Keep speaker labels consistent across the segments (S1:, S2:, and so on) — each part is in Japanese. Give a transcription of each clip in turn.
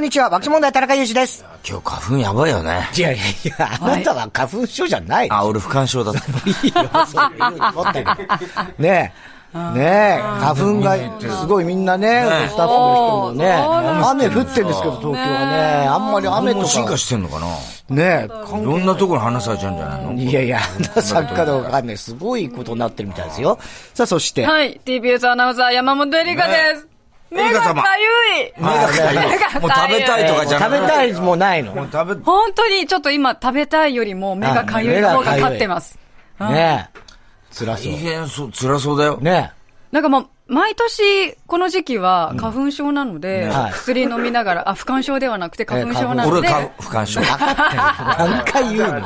S1: んにちは、爆笑問題田中裕二です。
S2: 今日花粉やばいよね。
S1: いやいやいや、あなたは花粉症じゃ ない。
S2: あ、俺不感症だった。
S1: いいよ、そういうの持ってる。ねえ。ねえ、花粉がすごいみんなね、スタッフの人もね、雨降ってんですけど、東京はね、あんまり雨
S2: 俺
S1: と
S2: も進
S1: か
S2: 化、してんのかな
S1: ねえ、
S2: いろんなところに話されちゃうんじゃないの
S1: いやいや、作家どうかわかんない。すごいことになってるみたいですよ。さあ、そして、
S3: はい、TBS アナウンサー山本エリカです。
S2: ね
S3: 目がかゆい。
S2: 目がかゆい
S3: 目がかゆい
S2: もう食べたいとかじゃな
S1: 食
S2: くて
S1: べたいもないの。
S2: 食べ、
S3: 本当にちょっと今食べたいよりも目がかゆい方が勝ってます。
S1: ねえ、辛そう
S2: 大。変そう、辛そうだよ。
S1: ね
S3: なんかもう、毎年、この時期は花粉症なので、
S1: はい
S3: 薬飲みながら、あ、不感症ではなくて花粉症なの
S2: 俺
S3: で、
S2: か不感症。
S1: え、何回言うのよ。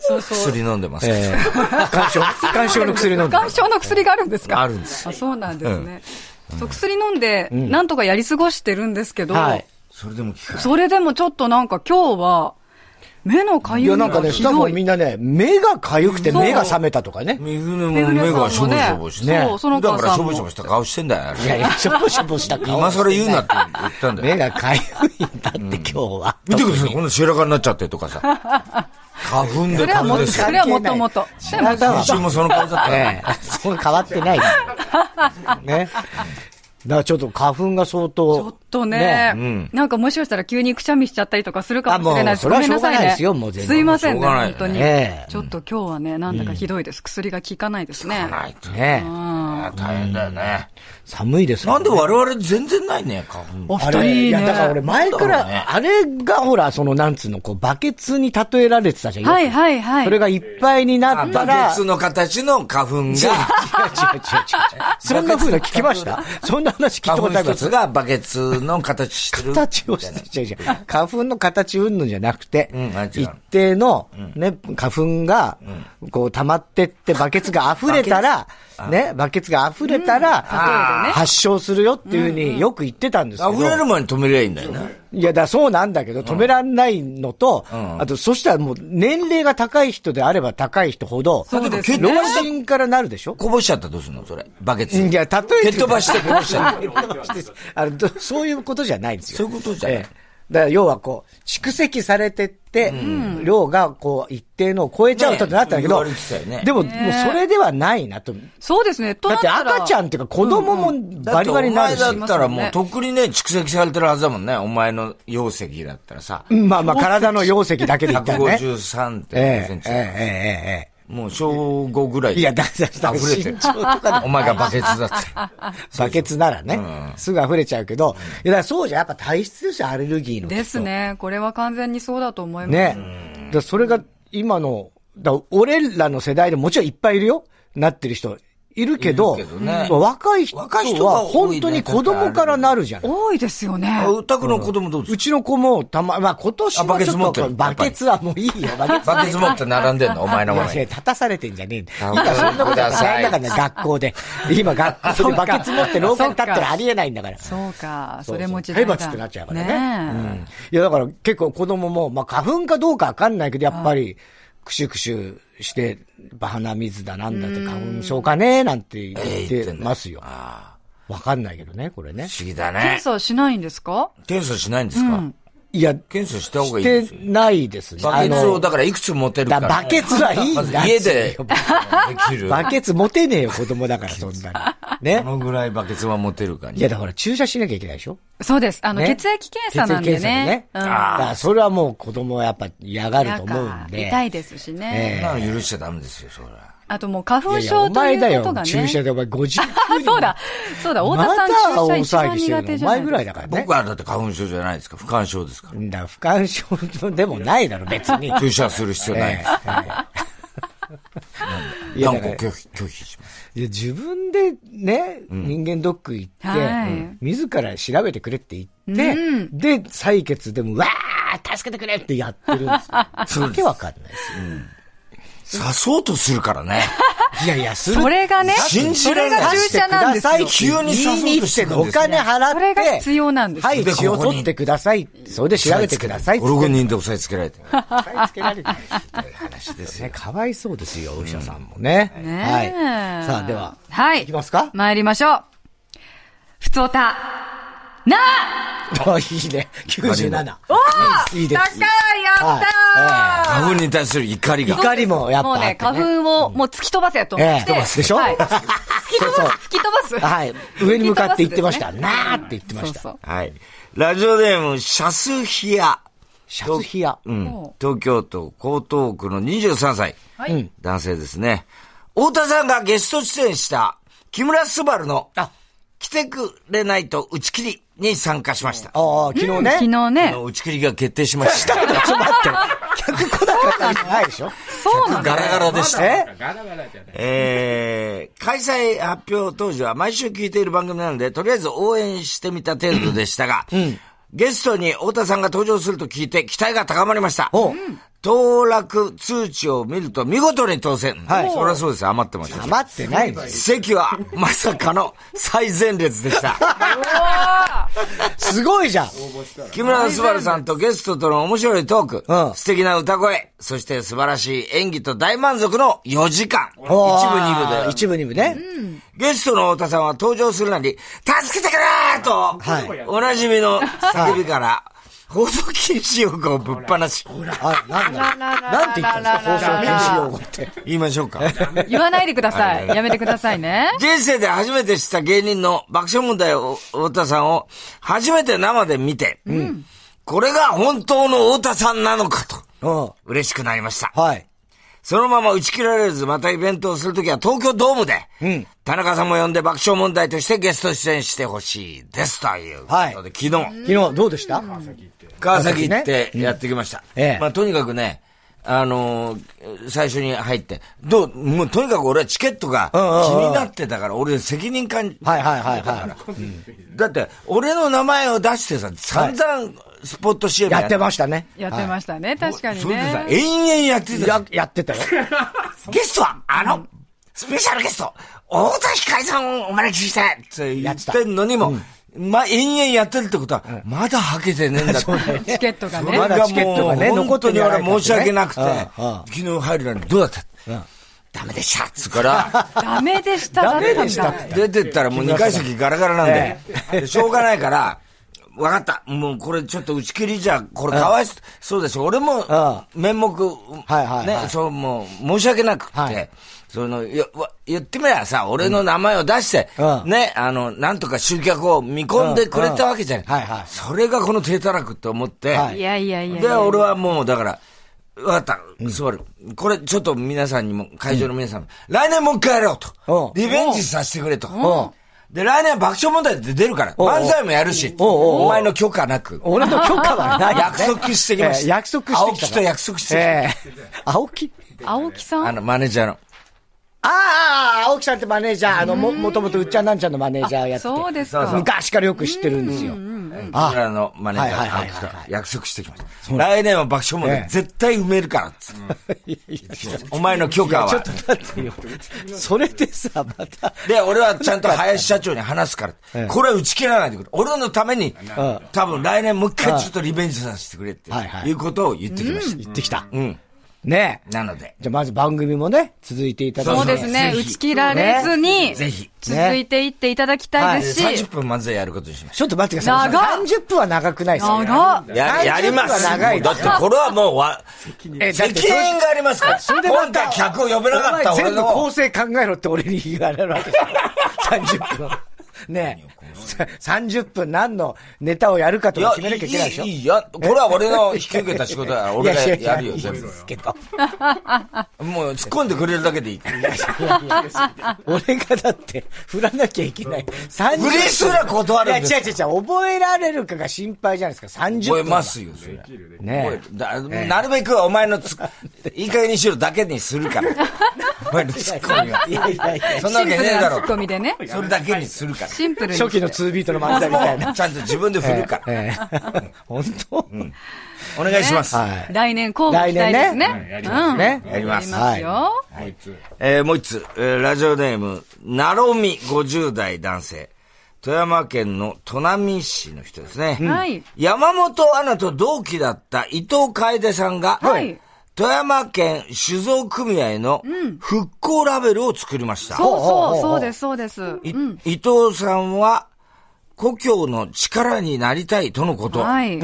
S3: そうそう。
S2: 薬飲んでます。
S1: ええ、 不干渉、不干渉の薬飲ん
S3: 不
S1: でる
S3: 感症の薬があるんですか
S2: あるんです
S3: あそうなんですね。そう薬飲んで、なんとかやり過ごしてるんですけど、
S1: はい。
S2: それでも効かない。
S3: それでもちょっとなんか今日は、目のか
S1: い
S3: ゆ
S1: や、
S3: み
S1: なんか
S3: が
S1: ね、ス
S3: ひ
S1: タッフ
S3: ど
S1: も
S3: い。
S1: みんなね、目が痒くて
S3: そう
S1: 目が覚めたとかね。
S2: 水の目がしょぼしょぼして
S1: ね
S3: そう、その
S2: だか
S3: 子
S2: ら
S3: さ
S2: し
S3: ん
S2: ょ
S3: も
S2: ぼしょぼした顔してんだよ。
S1: いやいや、しょぼしょぼした顔。
S2: 今更言うなって言ったんだ
S1: 目
S2: よ。
S1: が痒いんだって今日は。
S2: 見てください、こんな白髪になっちゃってとかさ。花粉で
S3: それは
S2: 花粉
S3: も
S2: で
S3: っと、
S2: す
S3: そ
S2: よ。
S3: れはもともと。
S1: 体は
S2: 一。瞬もその顔だったから
S1: ええ、そう変わって ない。ね。だからちょっと花粉が相当。
S3: ちょっとねなんかもしかしたら急にくしゃみしちゃったりとかするかもしれないです。
S1: あもう
S3: ごめんなさい
S1: それはしょうがない
S3: ね。
S1: ですよもう全然
S3: すいませ
S2: も
S3: ん
S2: うしょ
S3: ね、
S2: うがない
S3: 本当に、
S1: ええ
S3: ちょっと今日はね、なんだかひどいです。薬が効かないですね。
S2: ないとね。
S1: ね。
S2: あ大変だよね。
S1: 寒いです
S2: なんで
S1: わ
S2: 我々全然ないね、花粉。
S3: お二
S1: あ
S3: 人
S1: れ、
S3: ね
S1: いや、だから俺前か
S2: なんだろうね
S1: ら、あれがほら、その、なんつうの、こう、バケツに例えられてたじゃん。よく
S3: はいはいはい。
S1: それがいっぱいになった
S2: バ
S1: ら
S2: ケ、ツの形の花粉
S1: 違う違う違う違う違う
S2: が、
S1: そんな風な聞きましたそんな話聞いた
S2: 花
S1: こ
S2: 粉
S1: とありま
S2: 一
S1: す
S2: つがバケツの形してる。
S1: 形を して、違う違う花粉の形云々じゃなくて、
S2: うんあ違う
S1: 一定の、ね、花粉が、こう溜まってって、バケツが溢れたら、ね、バケツが溢れた
S3: ば
S1: ら、
S3: ね
S1: 発症するよっていうふうによく言ってたんですけど、
S2: 溢れる前に止めりゃいいんだよね。
S1: いや、だからそうなんだけど、止めらんないのと、あと、そしたらもう、年齢が高い人であれば高い人ほど、
S3: そうですね
S1: 老人からなるでしょ
S2: こぼしちゃったらどうすんのそれ。バケツ。
S1: いや、例え
S2: 蹴
S1: て。
S2: っ飛ばしてこぼしちゃった。
S1: あのどそういうことじゃないんですよ。
S2: そういうことじゃない
S1: ええだから要はこう、蓄積されてって、量がこう、一定のを超えちゃうとってなったんだけど、
S2: ねそう言われてたよね
S1: でも、もうそれではないなと。
S3: そうですね。と
S1: だ
S3: な
S1: って赤ちゃ
S3: ん。
S1: んっていうか子供もバリバリになるし。
S2: だってお前だったらもうとっくにね、蓄積されてるはずだもんね。お前の容積だったらさ。
S1: うんまあまあ体の容積だけで言ったらね。え
S2: 153.5セ
S1: え
S2: ン、
S1: え
S2: チ
S1: え、え。え、
S2: もう小5ぐらいで。
S1: いやだだだ
S2: 溢れてる
S1: 身長と か。
S2: お前がバケツだ って。
S1: バケツならね、すぐ溢れちゃうけど、いやだからそうじゃんやっぱ体質でしょ、アレルギーの。
S3: ですね。これは完全にそうだと思います。
S1: ね。だからそれが今の、だから俺らの世代でもちろんいっぱいいるよ。なってる人。いるけど、
S2: いるけどね
S1: 若い人
S2: 若い人が
S1: は
S2: 多いね
S1: 本当に子供からなるじゃん。
S3: 多いですよね
S2: あ。うたくの子供どうす
S1: う
S2: る
S1: ちの子もたま、まあ今年
S2: あバ
S1: は
S2: ケ
S1: ち
S2: ツ
S1: ょ
S2: 持
S1: っ
S2: って
S1: と
S2: る
S1: バケツはもういい よ、バケツ。
S2: バケツ持って並んでんのお前の
S1: い
S2: 前
S1: やいや、
S2: に。
S1: 立たされてんじゃねえんだ。
S2: あ
S1: 今そんなこと
S2: くだ
S1: 大
S2: さ
S1: 変
S2: い
S1: だからね、学校で。今学校でバケツ持って廊下に立ったらありえないんだから。
S3: そうか。
S1: そうそう
S3: それも時代だ。
S1: 体罰ってなっちゃうからね
S3: ね
S1: い
S3: え
S1: や、だから結構子供も、まあ花粉かどうかわかんないけど、やっぱり、クシュクシュして、やっぱ鼻水だなんだって花粉症かねなんて言ってますよ。
S2: ああ、
S1: わかんないけどね、これね
S2: 不。思議だ
S3: 検
S2: ね。
S3: 査はしないんですか
S2: 検査しないんですか
S1: いや、
S2: 検査した方がいいで
S1: し
S2: す
S1: て
S2: よ。
S1: ないですね。
S2: バケツ
S1: あ
S2: を
S1: の
S2: だからいくつ持てるか
S1: だ
S2: ら。
S1: バケツはいいん
S2: ま
S1: だ
S2: ず家で
S1: よ。
S2: できる。
S1: バケツ持てねえよ、子供だから、そんなに。ね
S2: ど。のぐらいバケツは持てるかに。
S1: いや、だから注射しなきゃいけないでしょ
S3: そうです。あの、
S1: ね
S3: 血液検査なんで
S1: 血液検査で
S3: ね
S1: ね。
S3: うん
S2: あ
S1: だからそれはもう子供はやっぱ嫌がると思うん
S3: なんか
S1: で。
S3: 痛いですしね。
S2: そんなの許しちゃダメですよ、それは。
S3: あともう花
S1: いや
S3: 粉
S1: いやお
S3: 症とい
S1: 前
S3: う
S1: だ
S3: こと
S1: よ
S3: が、ね。
S1: 注射でお前50
S3: あそうだ。そうだ。太田さん注射一番苦手じゃないですか。
S1: 前ぐらいだからね。
S2: 僕はだって花粉症じゃないですか。不感症ですから。
S1: だから不感症でもないだろ、別 に。
S2: 注射する必要ない
S1: え
S2: で
S1: え
S2: す。断固
S1: いやだから
S2: 拒否、拒否します。
S1: いや自分でね、人間ドック行って、
S3: はい
S1: うん自ら調べてくれって言って、で、採血でも、わー助けてくれってやってるんですよ。 それわけわかんないですよ。
S2: 刺そうとするからね。
S1: いやいや、する
S3: それがね、
S2: 信じ
S3: そ
S2: られ
S3: れ
S2: ない
S3: が注射なんですよ。
S2: 急に誘おうとしてくるん
S1: お
S2: ですよ
S1: 金払って、
S3: それが必要なんですよ
S1: はい、血を取ってください。それで調べてくださいっつって。
S2: 5、6人で押さえつけ られて。
S1: つけられてない
S2: 話ですよ
S1: ね、。かわいそうですよ、お医者さんもね。
S3: ね
S1: はい
S3: え。
S1: さあ、では、
S3: はい。
S1: いきますか
S3: 参りましょう。ふつおた。なあ
S1: あいいね。97。いいです。
S3: 高いやったー
S2: 花粉に対する怒りが。
S1: 怒りもやっぱ
S3: もう
S1: あ
S3: ね
S1: っ、てね。
S3: 花粉をもう突き飛ばせと思
S1: え
S3: っ
S1: え
S3: て。
S1: でしょ
S3: はい
S1: そうそう。
S3: 突き飛ばす
S1: はい。上に向かって言ってました。
S3: 突き飛
S1: な
S3: ばす
S1: ーって言ってました。
S3: そう
S2: はい。ラジオネーム、シャスヒア。
S1: シャツヒア。
S2: うん。東京都江東区の23歳。はい。男性ですね。太田さんがゲスト出演した木村昴の
S1: あ、
S2: 来てくれないと打ち切りに参加しまし
S1: あ
S2: た。
S1: あ、昨日
S3: そう。
S1: ね。
S3: 昨日
S2: あ
S3: ね。
S2: の打ち切りが決定しまし た。
S1: ちょっと待って。客来なかったんじゃないでしょ
S3: そうなんだ。
S2: ガラガラでした。
S1: え
S2: えー、開催発表当時は毎週聞いている番組なので、とりあえず応援してみた程度でしたが、ゲストに太田さんが登場すると聞いて期待が高まりました。
S1: おう
S2: 当落通知を見ると見事に当選。
S1: はい
S2: そりゃそうです。余ってました。
S1: 黙ってないです。
S2: 席はまさかの最前列で した。
S1: すごいじゃん。
S2: 木村昴さんとゲストとの面白いトーク、
S1: うん
S2: 素敵な歌声、そして素晴らしい演技と大満足の4時間。一部
S1: おー
S2: 二部で。
S1: 一部二部ね。
S2: ゲストの太田さんは登場するなり、助けてくれーと、
S1: はい
S2: おなじみの叫びから、放送禁止用語をぶっ放し。
S1: あ、なんだろうなんて言ったんですか放送禁止用語って。
S2: 言いましょうか。
S3: 言わないでください。やめてくださいね。
S2: 人生で初めて知った芸人の爆笑問題を、太田さんを初めて生で見て、これが本当の太田さんなのかと、
S1: う
S2: 嬉しくなりました。
S1: ん。はい。
S2: そのまま打ち切られず、またイベントをするときは東京ドームで、
S1: ん
S2: 田中さんも呼んで爆笑問題としてゲスト出演してほしいです。ということで、
S1: はい
S2: 昨日、
S1: 昨日どうでした
S2: 川崎行ってやってきました。
S1: ええ
S2: まあ、とにかくね、あのー最初に入って、どう、もうとにかく俺はチケットが気
S1: うんうんうん
S2: になってたから、俺責任感じ、
S1: はいはいはいは
S2: だって、俺の名前を出してさ、散々スポット CM
S1: い。やってま
S2: し
S1: したね。
S3: やってましたね。確かに
S2: それでさ、
S3: ね。
S2: 延々やってた
S1: や、やってたよ。
S2: ゲストは、あの、スペシャルゲスト、大田光さんをお招きして、って言ってんのにも、まあ、延々やってるってことは、まだはけてねえんだって。
S3: チケットがね。
S1: ま
S2: 俺
S1: だ
S2: が
S1: チケット
S2: も
S1: が
S2: う、
S1: ね
S2: 本当に俺は申し訳なくて、
S1: 残ってないからね
S2: 昨日入るのにどうだったダメでしたっつうから、
S3: ダメでした。
S1: ダメでした
S3: だったんだ
S2: 出てったらもう2階席ガラガラなんで、でしょうがないから、わかった。もうこれちょっと打ち切りじゃ、これかわいそうだし、俺も
S1: う
S2: 面目、
S1: はいはいはい
S2: ね、そう、もう申し訳なくって、
S1: はい
S2: その、よわ言ってみればさ、俺の名前を出して、
S1: うん
S2: ね、あの、なんとか集客を見込んでくれたわけじゃない。
S1: うんうんはいはい
S2: それがこの低たらくと思って、
S1: はい
S3: やいやいやい
S2: で、
S3: や。
S2: 俺はもう、だから、わかった、スバル。これ、ちょっと皆さんにも、会場の皆さんも、来年もう一回やろうと。
S1: うん
S2: リベンジさせてくれと。で、来年は爆笑問題で出るから、
S1: ん
S2: 漫才もやるし、
S1: うん
S2: お前の許可なく。
S1: 俺の許可は ない、
S2: 約束してきました
S1: えー約束してきたから。
S2: 青木と約束してきた
S1: えー青木
S3: 青木さ
S2: あ
S3: ん
S2: の、マネージャーの。
S1: ああ、青木さんってマネージャー、あの、も、もともとうっちゃんなんちゃんのマネージャーやってて。
S3: そうです
S2: そうそ
S3: か。
S1: 昔からよく知ってるんですよ。
S2: ああのマネージャ
S1: はいはいはい
S2: ー
S1: はい
S2: の約束してきました。来年は爆笑問
S1: え
S2: 題
S1: え
S2: 絶対埋めるからっつって、お前の許可は。
S1: だってよ、それでさ、また、
S2: で、俺はちゃんと林社長に話 すから、これは打ち切らないでくれ。俺のために、多分来年もう一回ちょっとリベンジさせてくれって、
S1: はいはい
S2: い、うことを言ってきました。
S1: 行ってきた。
S2: うん。
S1: ねえ。
S2: なので、
S1: じゃあまず番組もね、続いていただいて。
S3: そうですね。
S2: ぜ
S3: 打
S2: ひ
S3: ち切られずに、
S2: ぜひ。
S3: 続いていっていただきたいですし
S2: 30、分漫才やることにしまし
S1: ちょっと待ってください。
S3: 長っ
S1: 30分は長くないですよ。
S3: 長っ
S2: た。や、やります。
S1: 30分は長い
S2: だ
S1: な
S2: ってこれはもうわ、
S1: えだって
S2: 責任がありますから。本当は客を呼べなかった
S1: お前全
S2: 俺
S1: 部
S2: の
S1: 構。成考えろって俺に言われるわけ じゃん。30分。ねえ。30分何のネタをやるかと
S2: い
S1: か
S2: や、
S1: 決めなきゃいけないでしょ
S2: いいいいや、これは俺の引き受けた仕事だから、俺がやるよ、
S1: いやいやいい
S2: 全部
S1: で。すけど。
S2: もう突っ込んでくれるだけでいい。
S1: 俺がだって、振らなきゃいけない。30
S2: 振りすら断るんです
S1: いや、違う違う違う、覚えられるかが心配じゃないですか、30
S2: 覚え
S1: 分。
S2: ますよ、それ。
S1: ねえ。
S2: だなるべくお前のつ、 いい加減にしろだけにす るから。お前のツッコミは。
S1: いやいやいや、
S2: そんなわ
S3: シ
S2: け
S3: ンプ
S2: ねえ
S3: ルな
S2: だ
S3: ツッコ
S2: ろ。
S3: ミでね。
S2: それだけにするか
S3: シンプルに。
S1: 初期の2ビートの漫才みたい
S2: ら。
S1: な。
S2: ちゃんと自分で振るから。
S1: ええ。本当
S2: お願いします。
S1: はい。
S3: 来年、こうご期待ですね。うん。
S1: ね。
S2: やります。
S1: はい
S3: ますよ。
S2: えーもう一つ、えーラジオネーム、なろみ50代男性。富山県の砺波市の人ですね。
S3: はい
S2: 山本アナと同期だった伊藤楓さんが、
S3: はい
S2: 富山県酒造組合の復興ラベルを作りました。
S3: そう
S1: ほうほう
S3: そう、
S1: ほう
S3: そうです、そうです。
S2: い伊藤さんは、故郷の力になりたいとのこと。
S3: はい。
S2: 伊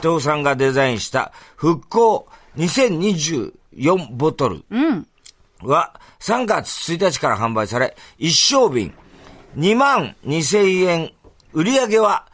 S2: 藤さんがデザインした復興2024ボトルは3月1日から販売され、一升瓶2万2000円、売り上げは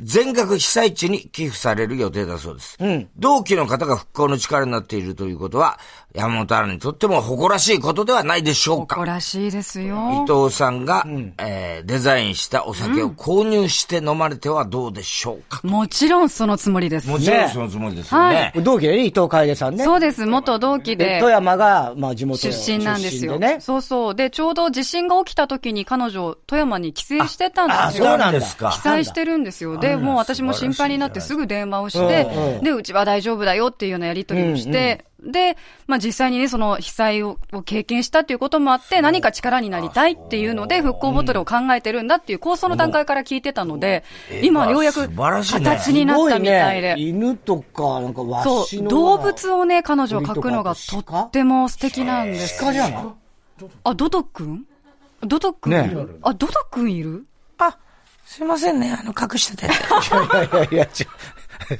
S2: 全額被災地に寄付される予定だそうです。同期の方が復興の力になっているということは、山本アナにとっても誇らしいことではないでしょうか。
S3: 誇らしいです
S2: 伊
S3: よ。
S2: 藤さんが、えーデザインしたお酒を購入して飲まれてはどうでしょうか。
S3: もちろんそのつもりです。
S2: もちろんそのつもりですよね。
S3: はい
S1: 同期でね、伊藤楓さんね。
S3: そうです。元同期
S1: で
S3: で。
S1: 富山が、まあ、地元
S3: 出身なんですよ。
S1: 出身ね。
S3: そうそう。で、ちょうど地震が起きた時に彼女、富山に帰省してたん
S1: あ、
S3: です
S1: そう
S3: よ。
S1: なんだ
S2: ですか
S3: 被災してるんですよ。で、もう私も心配になってすぐ電話をし
S1: うんう
S3: て
S1: ん、
S3: で、うちは大丈夫だよっていうようなやり取りをして、で、まあ実際にね、その被災をを経験したっていうこともあって、何か力になりたいっていうので、復興ボトルを考えてるんだっていう構想の段階から聞いてたので、今ようや
S2: 素
S3: く
S2: 晴らしいね
S3: 形になったみたい
S1: す
S3: で
S1: ご。ね、犬とか、なんかワ
S3: そ
S1: シ
S3: う、
S1: の。
S3: 動物をね、彼女は描くのがと
S1: 鳥とか
S3: っても素敵なんです。
S1: 鹿じゃない
S3: あ、ドド君ドド君
S1: ね
S3: あ、ドド君いる
S2: あ、すいませんね、あの、隠してて。
S1: いやいやいや、違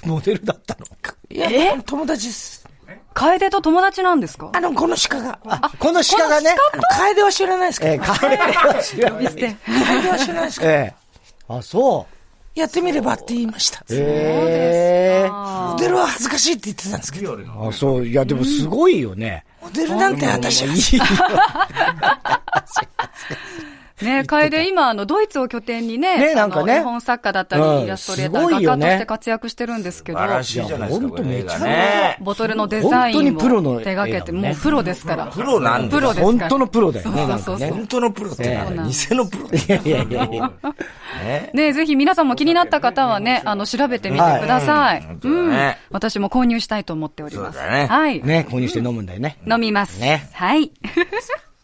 S1: う。モ デルだったのか。
S2: いや、友達です。
S3: 楓と友達なんですか
S2: あの、この鹿が。あ、
S1: この鹿がね、
S2: あの楓は知らないです
S1: え
S2: け
S1: ー、
S2: ど。
S1: 楓は知らない。
S3: 見せて。
S2: 楓は知らないですけど。
S1: えー、あ、そう。
S2: やってみればって言いました。
S1: えー、
S2: モデルは恥ずかしいって言ってたんですけど。
S1: あ、そう。いや、でもすごいよね。
S2: モデルなんて私は。
S3: ね、楓、今、あの、ドイツを拠点にね、
S1: ねなんかね
S3: あの絵本作家だった
S1: うん
S3: り、イラストレーター、
S1: すごい
S3: 画
S1: よ
S3: 家
S1: ね
S3: として活躍してるんですけど、
S2: しいじゃない
S1: ですかこれ映画
S2: ね。
S3: ボトルのデザ
S1: 本
S3: イ
S1: 当
S3: ン
S1: に
S3: を
S1: プロの
S3: 手掛けて、
S1: 絵だもんね
S3: もうプロですから。
S2: プロなんで
S3: プ
S2: す。
S3: ロですから。
S1: 本当のプロだよね。
S3: そうそうそう
S1: なんか
S2: 本当のプロってなんだ
S3: ええ
S2: 偽のプロって。
S1: ねいやいやいやいや。
S3: ね、ぜひ皆さんも気になった方はね、あの、調べてみてくださ
S2: はいう
S3: い。
S2: ん本当だね
S3: 私も購入したいと思っております。
S2: そうだね
S3: はい。
S1: ね、購入して飲むんだよね。
S3: 飲みます。
S1: ね
S3: はい。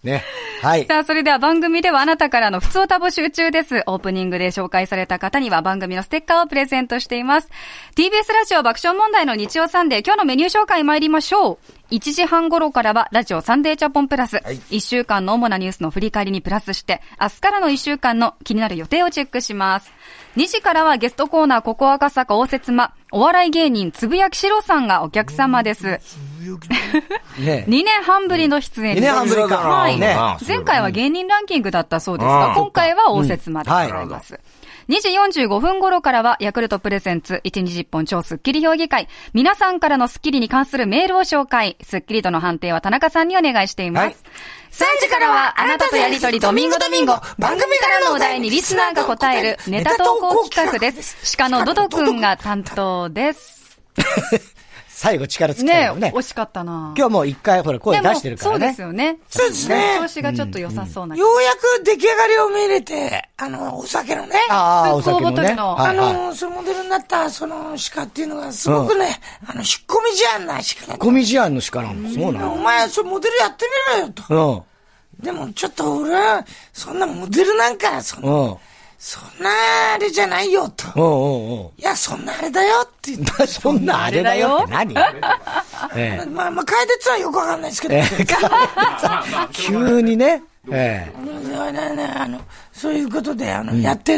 S1: ね。はい。
S3: さあ、それでは番組ではあなたからの普通歌募集中です。オープニングで紹介された方には番組のステッカーをプレゼントしています。TBS ラジオ爆笑問題の日曜サンデー、今日のメニュー紹介参りましょう。1時半頃からはラジオサンデーチャポンプラス。1週間の主なニュースの振り返りにプラスして、明日からの1週間の気になる予定をチェックします。2時からはゲストコーナー、ここ赤坂応接間、お笑い芸人、つぶやきしろさんがお客様です。
S1: ね。
S3: 2年半ぶりの出演
S1: 2
S3: です
S1: 年半ぶりか。
S3: はい。
S1: ね。
S3: 前回は芸人ランキングだったそうです
S2: ああ
S3: が、今回は応接までござい
S1: うん
S3: ます。2時45分頃からは、ヤクルトプレゼンツ、1日1本超スッキリ評議会。皆さんからのスッキリに関するメールを紹介。スッキリとの判定は田中さんにお願いしています。
S1: はい
S3: 3時からは、あなたとやりとりドミンゴドミンゴ。番組からのお題にリスナーが答えるネタ投稿企画です。鹿のドド君が担当です。
S1: 最後力尽きた
S3: ね
S1: よね。
S3: 惜しかったな
S1: 今日もう一回ほら声
S3: で
S1: 出
S3: も
S1: してるから
S3: そうで
S1: ね
S3: す。よね。
S2: そうですね
S3: 調子がちょっと良さそうな
S2: ようやく出来上がりを見入れて、あの、お酒のね。
S1: ああ、お
S3: 復興
S1: 酒も
S3: ボト
S1: ね。
S3: ルの
S1: は
S2: あ
S1: いはい。
S2: の、そのモデルになった、その鹿っていうのが、すごくね、あの、引っ込み思案な鹿だった
S1: コミジアンの鹿なんだ。そうな
S2: お
S1: の。
S2: 前、それモデルやってみろよと。
S1: う
S2: でも、ちょっと俺は、そんなモデルなんか、そんな、
S1: ん。うん。
S2: そんなあれじゃないよと。
S1: うんうんうん。
S2: いや、そんなあれだよって言っ
S1: そんなあれだよって何え
S2: て。まあ、まあ、楓っつうのはよくわかんないですけど、
S1: えええ。急にね。え
S2: ねねねあの、そういうことで、あの、やって、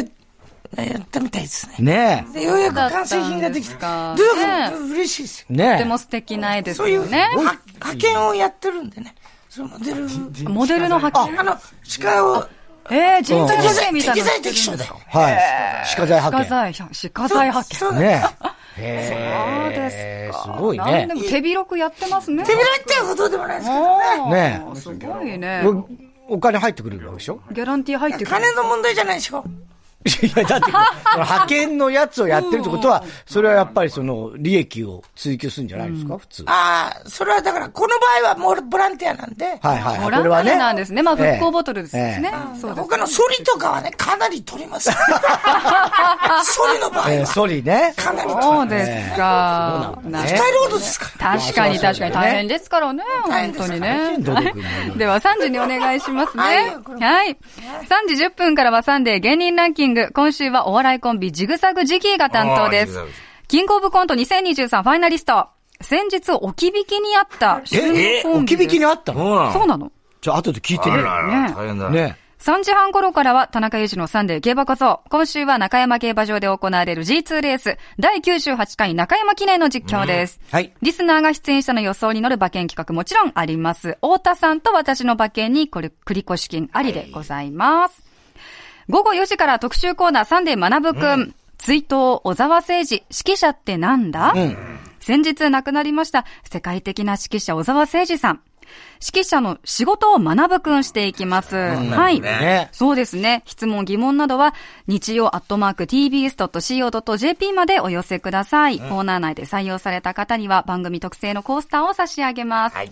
S2: やったみたいですね
S1: え。。ね
S2: でようやく完成品ができ
S3: そう
S2: た。
S3: だった
S2: ど
S3: んで
S2: うぞ
S3: すか、
S2: 嬉しいですよ。
S1: え。ね
S3: とても
S1: え。
S3: 素敵な絵です
S2: そういう、
S3: よね。
S2: は派遣をやってるんでね。そのモデル、
S3: モデルの派
S2: あ
S3: 遣。
S2: の、鹿を、
S3: えー、人材
S2: 適
S3: 派遣
S2: 材、
S3: みたい
S2: 適
S3: なのや
S2: 材
S3: ってるんで
S2: 適
S3: す
S2: 所
S3: ね。
S2: だよ。
S1: はい。鹿材
S3: 鹿
S1: 派遣。
S3: 材、鹿材派遣。
S2: そうだよ。
S1: ねえ。
S3: そう
S1: へ
S3: で
S1: え。
S3: すか。
S1: すごい
S3: なん
S1: ね
S3: で。も手広くやってますね。
S2: 手広いっていうことでもないですけどね。
S1: ね
S3: おーすごいね。
S1: おお金入ってくるわけでしょ
S3: ギャランティー入ってくる。
S2: 金の問題じゃないでしょ。
S1: いや、だって、その派遣のやつをやってるってことは、それはやっぱりその、利益を追求するんじゃないですか、普通。は
S2: ああ、それはだから、この場合はもうボランティアなんで、
S1: いはい。
S3: ボラ
S1: これ
S3: ンティ
S1: は
S3: アなんですね。まあ、復興ボトルですし
S1: え
S3: ね
S1: え。
S3: そうです。
S2: 他のソリとかはね、かなり取ります。ソリの場合
S1: ええ
S2: は、
S1: ソリね。
S2: かなり取り
S3: そうですか。な
S2: ます。帰ることですから。
S3: 確かに確かに大変ですからね、本当にね。では3時にお願いしますね。はい。3時10分からはサンデー芸人ランキング。今週はお笑いコンビジグザグジギーが担当で
S2: あ
S3: す
S2: ージグザグ。
S3: キングオブコント2023ファイナリスト。先日置き引きにあった旬の
S1: ええ
S3: コン
S1: 置き
S3: ビで
S1: 引
S3: す。
S1: きにあったの
S2: うな
S3: そうなの
S1: じゃあ後で聞いてみる。
S3: らね
S2: 変
S1: ね。
S3: 3時半頃からは田中裕二のサンデー競馬こそ、今週は中山競馬場で行われる G2 レース、第98回中山記念の実況です。
S1: はい
S3: リスナーが出演者の予想に乗る馬券企画もちろんあります。太田さんと私の馬券にこれ、繰り越し金ありでございます。午後4時から特集コーナーサンデー学ぶくん、追悼小沢誠治、指揮者ってなんだ、先日亡くなりました世界的な指揮者小沢誠治さん。指揮者の仕事を学ぶくんしていきます。はい。
S1: ね
S3: そうですね。質問、疑問などは、日曜アットマーク tbs.co.jp までお寄せください。コーナー内で採用された方には、番組特製のコースターを差し上げます。
S2: はい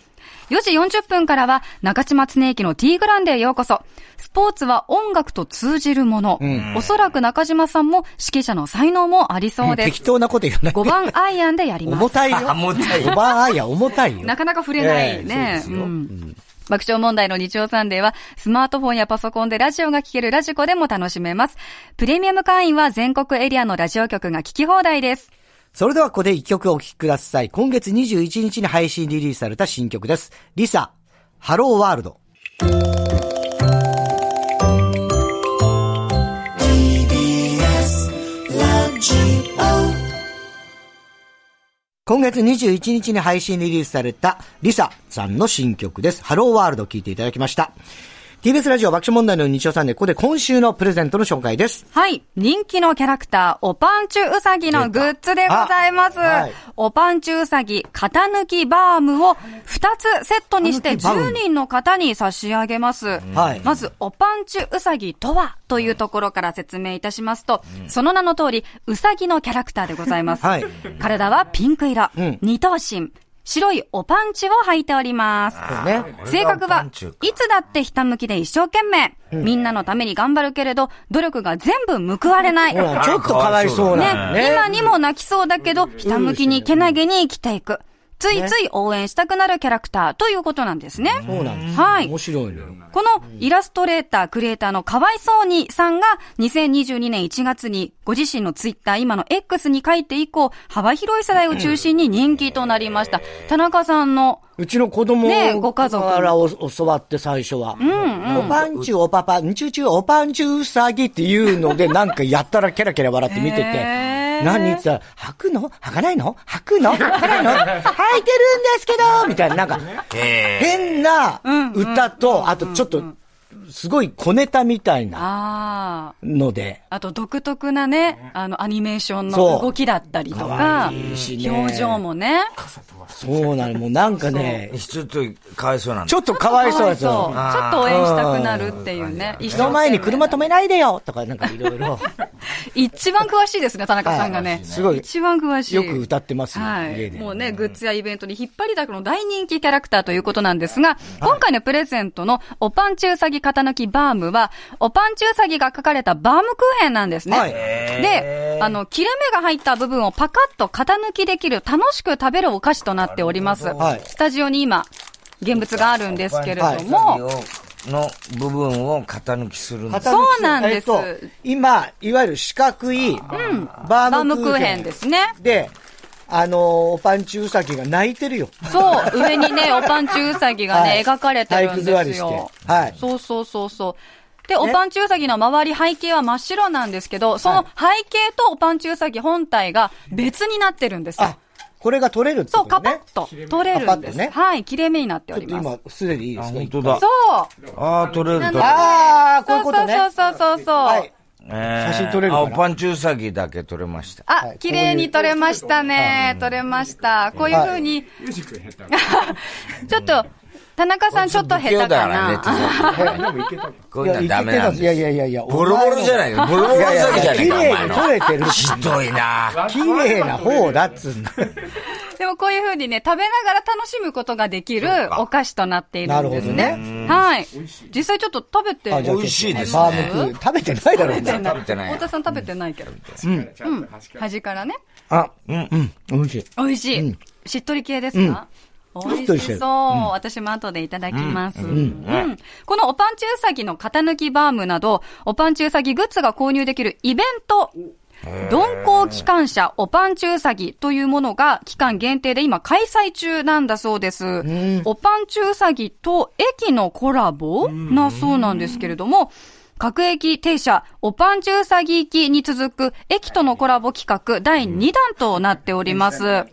S3: 4時40分からは、中島常駅の T グランデへようこそ。スポーツは音楽と通じるもの。おそらく中島さんも指揮者の才能もありそう で
S1: 適
S3: す。
S1: 当なこと言わない。
S3: 5番アイアンでやります
S1: 重。たいよ。
S2: 重たい
S1: 5番アイアン重たいよ。
S3: なかなか触れないね。
S1: ええそうですよ
S3: うん爆笑問題の日曜サンデーは、スマートフォンやパソコンでラジオが聴けるラジコでも楽しめます。プレミアム会員は全国エリアのラジオ局が聞き放題です。
S1: それではここで一曲お聴きください。今月21日に配信リリースされた新曲です。リサ、ハローワールド。今月21日に配信リリースされたリサさんの新曲です。ハローワールドを聴いていただきました。TBS ラジオ爆笑問題の日曜さんで、ここで今週のプレゼントの紹介です。
S3: はい。人気のキャラクター、おぱんちゅうさぎのグッズでございます。
S1: 出たあはい
S3: おぱんちゅうさぎ、型抜きバームを2つセットにして
S1: 型抜きバウ
S3: 10
S1: ム
S3: 人の方に差し上げます。
S1: はい
S3: まず、おぱんちゅうさぎとはというところから説明いたしますと、その名の通り、うさぎのキャラクターでございます。
S1: はい
S3: 体はピンク色、
S1: ん
S3: 二等身、白いおぱんちゅを履いております。
S1: ね。
S3: 性格
S2: パ
S3: は
S2: ンチュー、か
S3: いつだってひたむきで一生懸命、みんなのために頑張るけれど、努力が全部報われない。
S1: ほら、ちょっとかわいそうなの
S3: ね、今にも泣きそうだけど、ひたむきにけなげに生きていく。ついつい応援したくなるキャラクターということなんですね。
S1: そうなんです。
S3: はい
S1: 面。白いのよ。
S3: このイラストレーター、クリエイターのかわいそうにさんが2022年1月にご自身のツイッター、今の X に書いて以降、幅広い世代を中心に人気となりました。田中さんの
S1: うちの子供
S3: ねえご家族
S1: からお教わって最初は。おパンチュおパパ、んちゅうちゅうおパンチュうさぎっていうので、なんかやったらキャラキャラ笑って見てて。
S3: へえ
S1: 何って言ったら、履くの履かないの履くの履かないの履いてるんですけどみたいな、なんか、
S2: え
S1: 変な歌と、あとちょっと、すごい小ネタみたいな
S3: ああ。
S1: ので。
S3: あと独特なね、あのアニメーションの
S1: そう
S3: 動きだったりと
S1: 可
S3: か、
S1: 愛いしね
S3: 表情もね。
S1: そうなの、もうなんかね
S2: え、ちょっとかわいそうなんだ
S1: ちょっとかわいそうです
S3: ちょ
S1: よ。
S3: っと応援したくなるっていうね。一
S1: 目
S3: 生懸
S1: の
S3: 命
S1: 前に車止めないでよとか、なんかいろいろ。
S3: 一番詳しいですね、田中さんが
S1: は
S3: ね
S1: い。すごい
S3: 一番詳しい。
S1: よく歌ってますよ
S3: は
S1: 家
S3: い。
S1: で
S3: もうね、グッズやイベントに引っ張りだこの大人気キャラクターということなんですが、今回のプレゼントのおパンチウサギ型抜きバームは、おパンチウサギが書かれたバームクーヘンなんですね。
S1: はい
S3: で、あの、切れ目が入った部分をパカッと型抜きできる楽しく食べるお菓子となっております。
S1: はい
S3: スタジオに今、現物があるんですけれども、
S2: の部分を型抜きするんです
S1: 型抜き
S3: そうなんです
S1: えっと今、いわゆる四角いバ
S3: バ
S1: ー
S3: ーム
S1: ムク
S3: クー
S1: ー
S3: ヘ
S1: ヘ
S3: ン
S1: ン
S3: ですね。
S1: で、あのー、おパンチウサギが泣いてるよ。
S3: そう、上にね、おぱんちゅうさぎがね、
S1: はい
S3: 描かれてるん
S1: 体育座
S3: で
S1: り
S3: す
S1: し
S3: よ。
S1: てはい
S3: そうそうそうそう。で、おぱんちゅうさぎの周り背景は真っ白なんですけど、その背景とおぱんちゅうさぎ本体が別になってるんですよ
S1: あ。、これが取れるって
S3: そ
S1: こ
S3: う、カ
S1: と
S3: パ
S1: ね
S3: ッ。と取れるん
S1: カパッ
S3: です。
S1: とね
S3: はい、切れ目になってお
S1: ちょっ
S3: り
S1: と
S3: ます。
S1: 今、すでにいいですか
S2: 本当だ
S3: そ。
S2: ああ、取れる
S3: う。
S2: 取れ
S3: なので
S2: る。
S1: あーこういうことね
S3: そうそうそうそうそう。
S1: はい。写
S2: 写
S1: 真撮れるかな
S2: 青パンチウサギだけ撮れました。
S3: あ
S1: は、い
S3: 綺麗に撮れましたね。撮れました。こういうふうに、
S4: ゆうじくん下手。
S3: ちょっと、田中さんちょっと下手かな。
S4: でもいけたか。
S2: こ
S1: いう
S2: いうの
S1: や、
S2: はいダメな
S1: け
S2: んで
S1: て
S2: す
S1: いやいやいやいや、
S2: ボロボロじゃない
S1: い。
S2: か。ボロボロウサギじゃない
S1: 綺
S2: か、お前
S1: 麗に
S2: の。
S1: 取れてるし。
S2: ひどいな。
S1: 綺麗な方だっつうんだ
S3: でもこういうふうにね、食べながら楽しむことができるお菓子となっているんです
S1: な
S3: ね
S1: るほ。
S3: はい。実際ちょっと食べて、
S1: あじゃあ
S2: 美味しいですね
S1: バームクー、食べてないだろうね。
S2: 食べてない
S3: 太田さん食べてないけど。
S4: ちゃんと端から。
S3: 端からね。
S1: あ、うん、うん、美味しい。
S3: 美味しい。しっとり系ですか美
S1: しっと
S3: 味
S1: りして
S3: し
S1: る
S3: そう。私も後でいただきます。うんこのおパンチウサギの型抜きバームなど、おパンチウサギグッズが購入できるイベント。鈍行機関車おパンチウサギというものが期間限定で今開催中なんだそうです。おパンチウサギと駅のコラボなそうなんですけれども、各駅停車、おパンチウサギ行きに続く駅とのコラボ企画第2弾となっております。ね、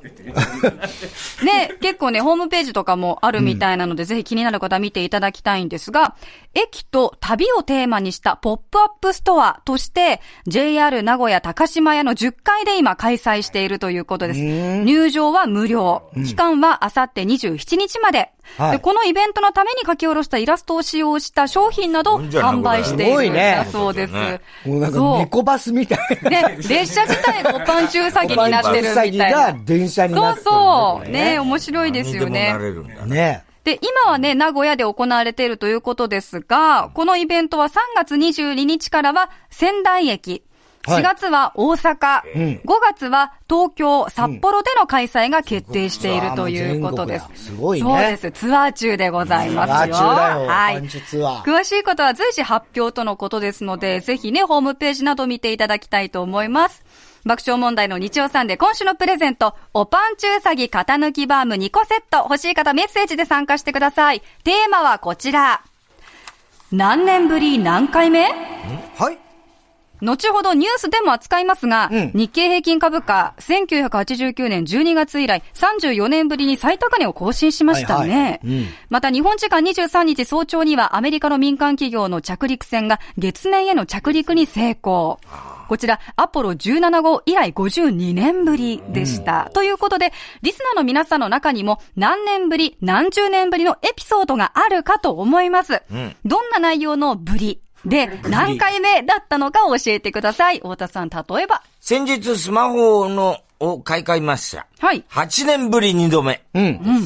S3: 結構ね、ホームページとかもあるみたいなので、ぜひ気になる方は見ていただきたいんですが、駅と旅をテーマにしたポップアップストアとして、JR 名古屋高島屋の10階で今開催しているということです。入場は無料。期間はあさって27日まで。
S1: はい
S3: でこのイベントのために書き下ろしたイラストを使用した商品などを
S2: すごいんじゃない
S3: 販売してい
S1: これ
S3: るんだ
S1: す
S3: そうです。
S1: もうなんか、
S3: そう
S1: ネコバスみたいな。
S3: で、列車自体がおパンチウサギになってるみた
S1: サ
S3: い
S1: ギ
S3: な
S1: が。電車になっ
S3: そう
S1: てる
S3: そう。
S1: み
S3: ね
S1: たいな
S3: 面白いですよね
S2: 何。にでもなれるんだ。
S1: ね。
S3: で、今はね、名古屋で行われているということですが、このイベントは3月22日からは仙台駅、
S1: はい
S3: 4月は大阪、5月は東京、札幌での開催が決定しているということで
S1: う
S3: す
S1: わ。ーもう全国だすごいね
S3: そうです。ツアー中でございますよ。
S1: ツアー中だよ
S3: はい
S1: パンチツアー
S3: 詳しいことは随時発表とのことですので、ぜひね、ホームページなど見ていただきたいと思います。爆笑問題の日曜さんで今週のプレゼント、おパンチウサギ型抜きバーム2個セット、欲しい方メッセージで参加してください。テーマはこちら。何年ぶり何回目
S1: はい。
S3: 後ほどニュースでも扱いますが、
S1: うん
S3: 日経平均株価、1989年12月以来、34年ぶりに最高値を更新しましたね。
S1: はいはいうん
S3: また日本時間23日早朝にはアメリカの民間企業の着陸船が月面への着陸に成功。こちら、アポロ17号以来52年ぶりでした。ということで、リスナーの皆さんの中にも何年ぶり、何十年ぶりのエピソードがあるかと思います。どんな内容のぶりで、何回目だったのかを教えてください。太田さん、例えば。
S2: 先日スマホのを買い替えました。
S3: はい
S2: 8年ぶり2度目。
S1: うん。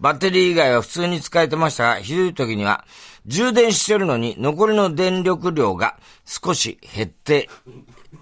S2: バッテリー以外は普通に使えてましたが、ひどい時には、充電してるのに残りの電力量が少し減って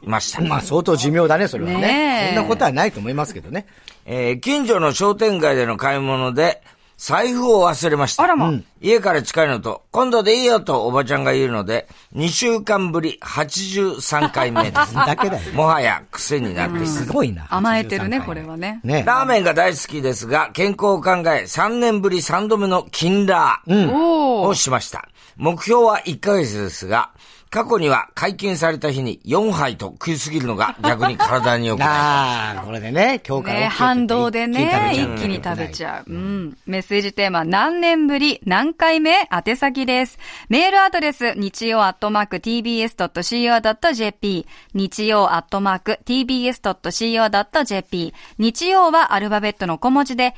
S2: いました。
S1: まあ相当寿命だね、それはね。
S3: ねえ
S1: そんなことはないと思いますけどね。
S2: えー近所の商店街での買い物で、財布を忘れました。
S3: あらま
S2: うん家から近いのと、今度でいいよとおばちゃんが言うので、2週間ぶり83回目 です。
S1: だけだよ。
S2: もはや癖になっています
S1: すごいな。
S3: 甘えてるね、これはね。
S1: ね
S2: ラーメンが大好きですが、健康を考え、3年ぶり3度目の金ラー
S3: お
S2: を
S3: お。
S2: しました。目標は1ヶ月ですが、過去には解禁された日に4杯と食いすぎるのが逆に体に良くない。
S1: ああ、これでね、今日から OK って言って
S3: ね、反動でね、
S1: 一
S3: 一
S1: 気
S3: 気
S1: に
S3: に
S1: 食
S3: 食
S1: べ
S3: べ
S1: ち
S3: ち
S1: ゃう。
S3: ゃう。うん。メッセージテーマ、何年ぶり、何回目、宛先です。メールアドレス、日曜アットマーク tbs.co.jp、日曜アットマーク tbs.co.jp、日曜はアルファベットの小文字で、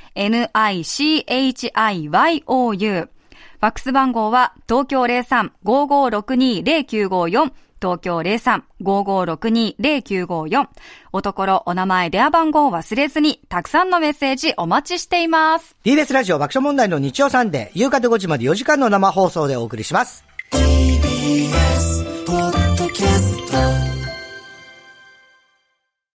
S3: nichiou。ファックス番号は東京03-5562-0954東京03-5562-0954おところお名前電話番号を忘れずにたくさんのメッセージお待ちしています
S1: TBS ラジオ爆笑問題の日曜サンデー、夕方5時まで4時間の生放送でお送りします。
S5: TBS